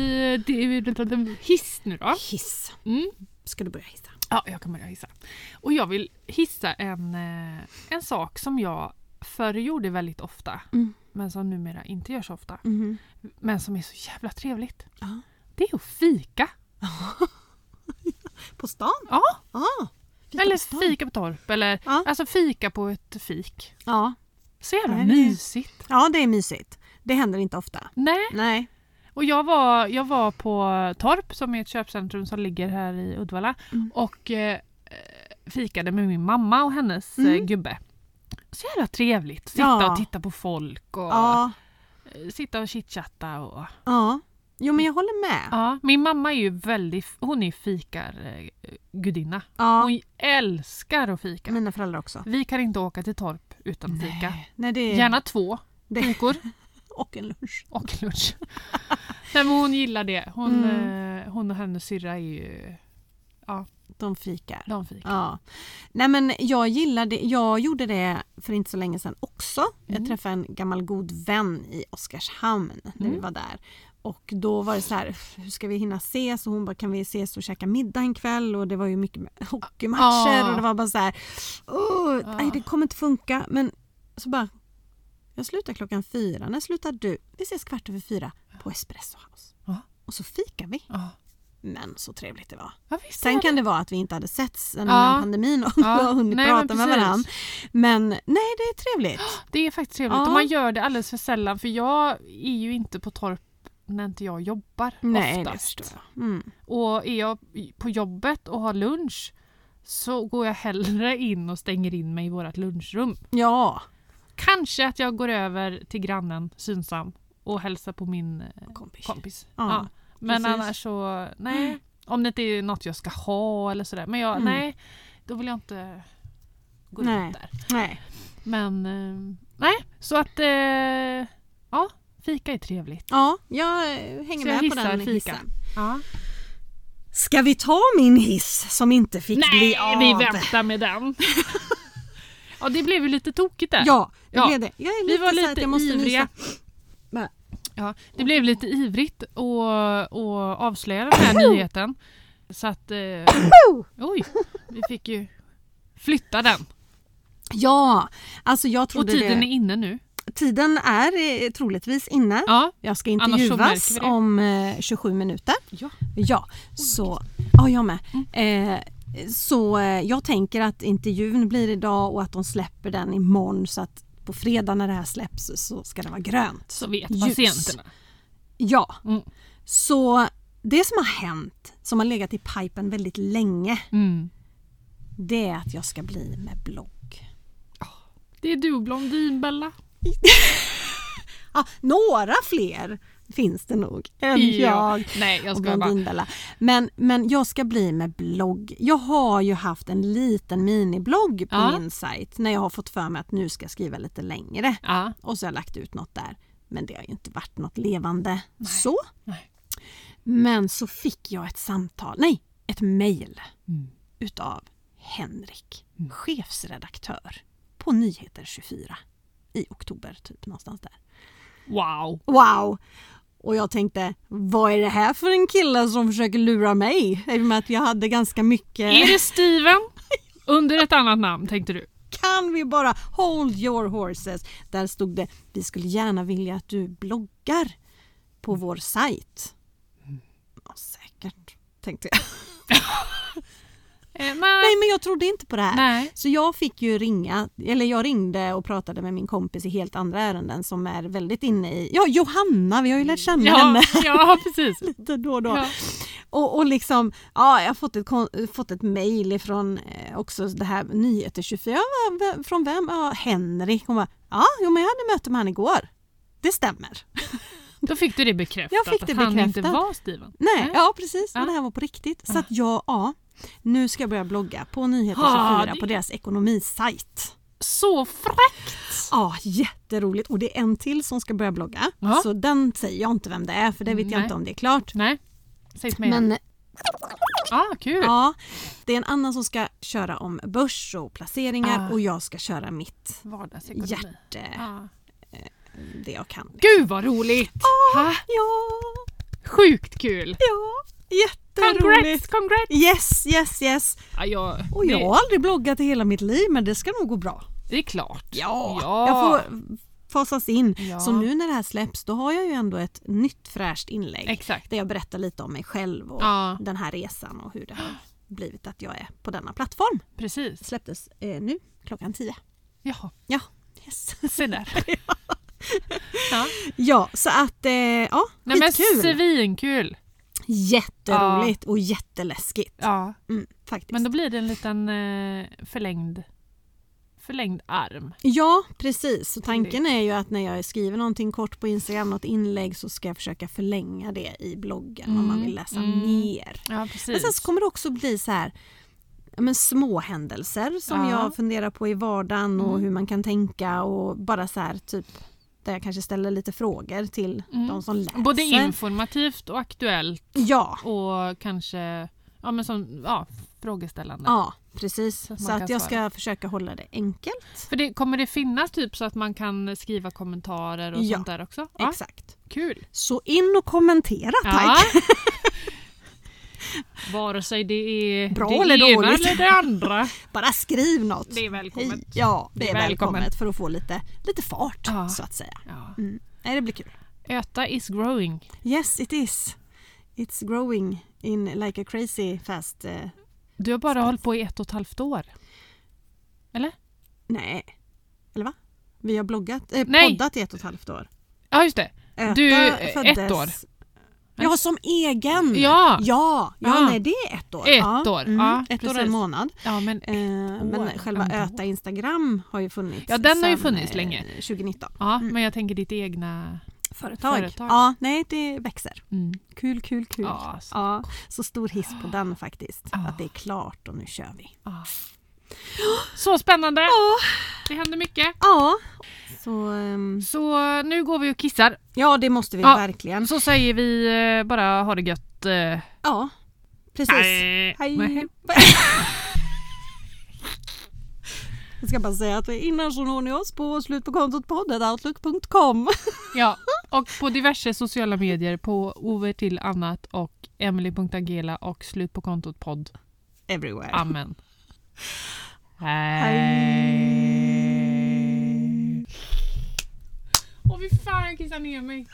det- det- det- hiss nu då.
Hiss.
Mm.
Ska du börja hissa?
Ja, jag kan börja hissa. Och jag vill hissa en, eh, en sak som jag förr gjorde väldigt ofta,
Mm.
men som numera inte gör så ofta.
Mhm.
Men som är så jävla trevligt.
Ja.
Det är att fika.
På stan?
Ja,
Ja. Fika
eller
på stan.
fika på torp. Eller
Ja.
alltså fika på ett fik.
Ja.
Så jävla
Nej, det-
mysigt.
ja, det är mysigt. Det händer inte ofta.
Nej,
Nej.
och jag var, jag var på Torp som är ett köpcentrum som ligger här i Uddevalla
Mm.
och eh, fikade med min mamma och hennes
Mm.
eh, gubbe. Så jävla trevligt. Sitta
Ja.
och titta på folk och
Ja.
eh, sitta och chitchatta. Och,
Ja. Jo, men jag håller med.
ja. Min mamma är ju väldigt, hon är fikargudinna.
Ja,
Hon älskar att fika.
mina föräldrar också.
Vi kan inte åka till Torp utan fika.
Nej, det är...
Gärna två
Det-
fikor
Och en lunch.
och lunch. Nej, men hon gillar det. Hon,
Mm.
eh, hon och hennes syrra är ju...
De fikar.
De fikar.
Ja. Nej men jag gillade, jag gjorde det för inte så länge sedan också. Jag
Mm.
träffade en gammal god vän i Oskarshamn när vi
Mm.
var där. Och då var det så här, hur ska vi hinna ses? Och hon bara, kan vi ses och käka middag en kväll? Och det var ju mycket med hockeymatcher
Ja.
och det var bara så här, "Åh,
Ah.
nej det kommer inte funka. Men så bara, jag slutar klockan fyra, när slutar du? Vi ses kvart över fyra på Espresso House.
Ja.
Och så fikar vi.
Ja.
Men så trevligt det var.
Ja, visst är
Sen
det.
kan det vara att vi inte hade setts sen
Ja.
innan pandemin och
Ja.
har hunnit
Nej, men
prata med
precis.
varandra. Men nej, det är trevligt.
Det är faktiskt trevligt.
Ja.
Och man gör det alldeles för sällan för jag är ju inte på torp när inte jag jobbar
Nej, det
oftast.
förstår jag. Mm.
Och är jag på jobbet och har lunch så går jag hellre in och stänger in mig i vårt lunchrum.
Ja,
Kanske att jag går över till grannen Synsam och hälsar på min eh,
kompis.
kompis.
Ja,
Men
precis.
annars så, nej. Om det inte är något jag ska ha eller sådär. Men jag,
Mm.
nej, då vill jag inte gå
Nej.
ut där.
Nej.
Men eh, nej, så att eh, ja, fika är trevligt.
Ja, jag eh, hänger
Så jag
med på
hissar
den
fika.
hissen.
Ja.
Ska vi ta min hiss som inte fick bli av?
Nej, vi väntar med den. ja, det blev ju lite tokigt där.
Ja, det
Ja.
blev det. Jag är
Vi var
så här
lite
att jag måste
ivriga.
nysa.
Ja, det blev lite ivrigt att att avslöja den här nyheten. Så att... Eh, oj, vi fick ju flytta den.
Ja, alltså jag
Och
trodde
tiden är
det.
inne nu.
Tiden är eh, troligtvis inne.
Ja.
Jag ska
Annars så
intervjuas
märker vi det.
om eh, 27 minuter.
ja. Mm.
Ja, så... Ja, jag med. Eh, Så eh, jag tänker att intervjun blir idag och att de släpper den imorgon så att på fredag när det här släpps så ska den vara grönt.
Så vet
Ljus.
patienterna.
Ja.
Mm.
Så det som har hänt, som har legat i pipen väldigt länge,
Mm.
det är att jag ska bli med blogg.
Det är du blondin Bella.
Ja, Ah, några fler finns det nog än jag.
Nej jag
och
ska bara.
Blondinbella. Men, men jag ska bli med blogg. Jag har ju haft en liten miniblogg på
Ja.
min sajt när jag har fått för mig att nu ska jag skriva lite längre.
Ja.
Och så har jag lagt ut något där. Men det har ju inte varit något levande så.
Nej.
Men så fick jag ett samtal, nej, ett mejl
Mm.
utav Henrik, chefsredaktör på Nyheter 24 i oktober, typ någonstans där.
Wow.
Wow! Och jag tänkte, vad är det här för en kille som försöker lura mig? I och med att jag hade ganska mycket.
Är det Steven? Under ett annat namn tänkte du.
Kan vi bara hold your horses? Där stod det, vi skulle gärna vilja att du bloggar på vår sajt.
Mm.
Ja, säkert, tänkte jag.
Eh, nej.
Nej, men jag trodde inte på det här.
Nej.
Så jag fick ju ringa, eller jag ringde och pratade med min kompis i helt andra ärenden som är väldigt inne i, ja Johanna, vi har ju lärt känna henne
Ja, ja precis.
lite då och då.
Ja.
Och, och liksom, ja, jag har fått ett, kon- fått ett mejl ifrån eh, också det här Nyheter 24. Ja, va- va- från vem? Ja, Henrik. Hon bara, ja, jo, men jag hade möte med han igår. Det stämmer.
Då fick du det bekräftat
Jag fick det
att han inte
bekräftat.
var Steven.
Nej,
Nej.
ja precis.
Ja.
Och det här var på riktigt. Så att jag, ja, nu ska jag börja blogga på Nyheter
Ah,
24
det-
på deras ekonomisajt.
Så fräckt!
Ja, jätteroligt. Och det är en till som ska börja blogga.
Ja.
Så den säger jag inte vem det är för det vet jag
Nej.
inte om det är klart.
Nej, säg till mig.
Men
ah, kul!
Ja, det är en annan som ska köra om börs och placeringar
Ah.
och jag ska köra mitt
Vardagsekonomi.
hjärte,
Ah.
det jag kan.
Gud vad roligt! Ha,
Ja,
sjukt kul!
ja, jätteroligt.
Congrats, congrats!
Yes, yes, yes.
Ja, jag,
Och jag
det,
har aldrig bloggat i hela mitt liv men det ska nog gå bra.
det är klart.
jag får fasas in.
Ja.
Så nu när det här släpps då har jag ju ändå ett nytt fräscht inlägg
Exakt.
där jag berättar lite om mig själv och
Ja.
den här resan och hur det har blivit att jag är på denna plattform.
Precis.
Släpptes eh, nu klockan 10.
Jaha,
Ja, yes.
se där. ja.
Ja, så att eh, ja,
Nej men
skitkul.
svinkul!
Jätteroligt och jätteläskigt.
Ja.
Mm, faktiskt.
Men då blir det en liten eh, förlängd, förlängd arm.
Ja, precis. Så tanken är ju att när jag skriver någonting kort på Instagram, något inlägg, så ska jag försöka förlänga det i bloggen om man
Mm,
vill läsa
mm.
mer.
Ja,
Men sen
precis.
så kommer det också bli så här ja, men små händelser som
Ja. Mm.
jag funderar på i vardagen och hur man kan tänka och bara så här typ där jag kanske ställer lite frågor till
Mm.
de som läser.
Både informativt och aktuellt
Ja,
och kanske ja, men som, ja, frågeställande.
ja precis.
Så att
så
man
att
kan
jag
svara.
ska försöka hålla det enkelt.
För det, kommer det finnas typ så att man kan skriva kommentarer och
Ja,
sånt där också? Ja,
Exakt.
kul!
Så in och kommentera
Ja.
tack!
Vare sig det är
Bra
det
eller
ena
dåligt.
eller det andra.
Bara skriv något.
Det är välkommet.
Hej. Ja, det är välkommet.
välkommet.
för att få lite, lite fart
Ja.
så att säga.
Ja.
Mm. Nej, det blir kul.
Öta is growing.
Yes it is. It's growing in like a crazy fast... eh,
Du har bara hållit på i ett och ett halvt år. Eller?
nej. Eller va? Vi har bloggat, eh,
Nej.
poddat i ett och ett halvt år.
Ja, just det.
Äta
Du, eh, ett år.
Ja, som egen!
Ja.
Ja, ja,
Ja.
nej det är ett år.
Ett
ja.
år,
Mm.
ja,
ett år och
precis.
en månad.
Ja, men,
Eh, men själva
ändå.
Öta Instagram har ju funnits
Mm. Ja, den har ju
sedan,
funnits
eh,
länge.
2019.
ja, men jag tänker ditt egna...
Företag.
Företag.
Ja, nej det växer.
Mm.
Kul, kul, kul. Ja.
Ja, så,
så stor hiss på den faktiskt.
Ja.
Att det är klart och nu kör vi.
ja. så spännande! Det händer mycket.
Ja, så, ehm,
Så nu går vi och kissar.
ja det måste vi
Ja.
verkligen.
Så säger vi eh, bara ha det gött. eh.
Ja, precis.
Nej.
Hej.
Nej.
Jag ska bara säga att innan så når ni oss på slutpåkontotpodden outlook.com.
Ja, och på diverse sociala medier på Ove till annat och Emily.agela och slut på kontot podd.
Everywhere.
Amen.
Hej.
Åh fy fan, jag kissar ner mig.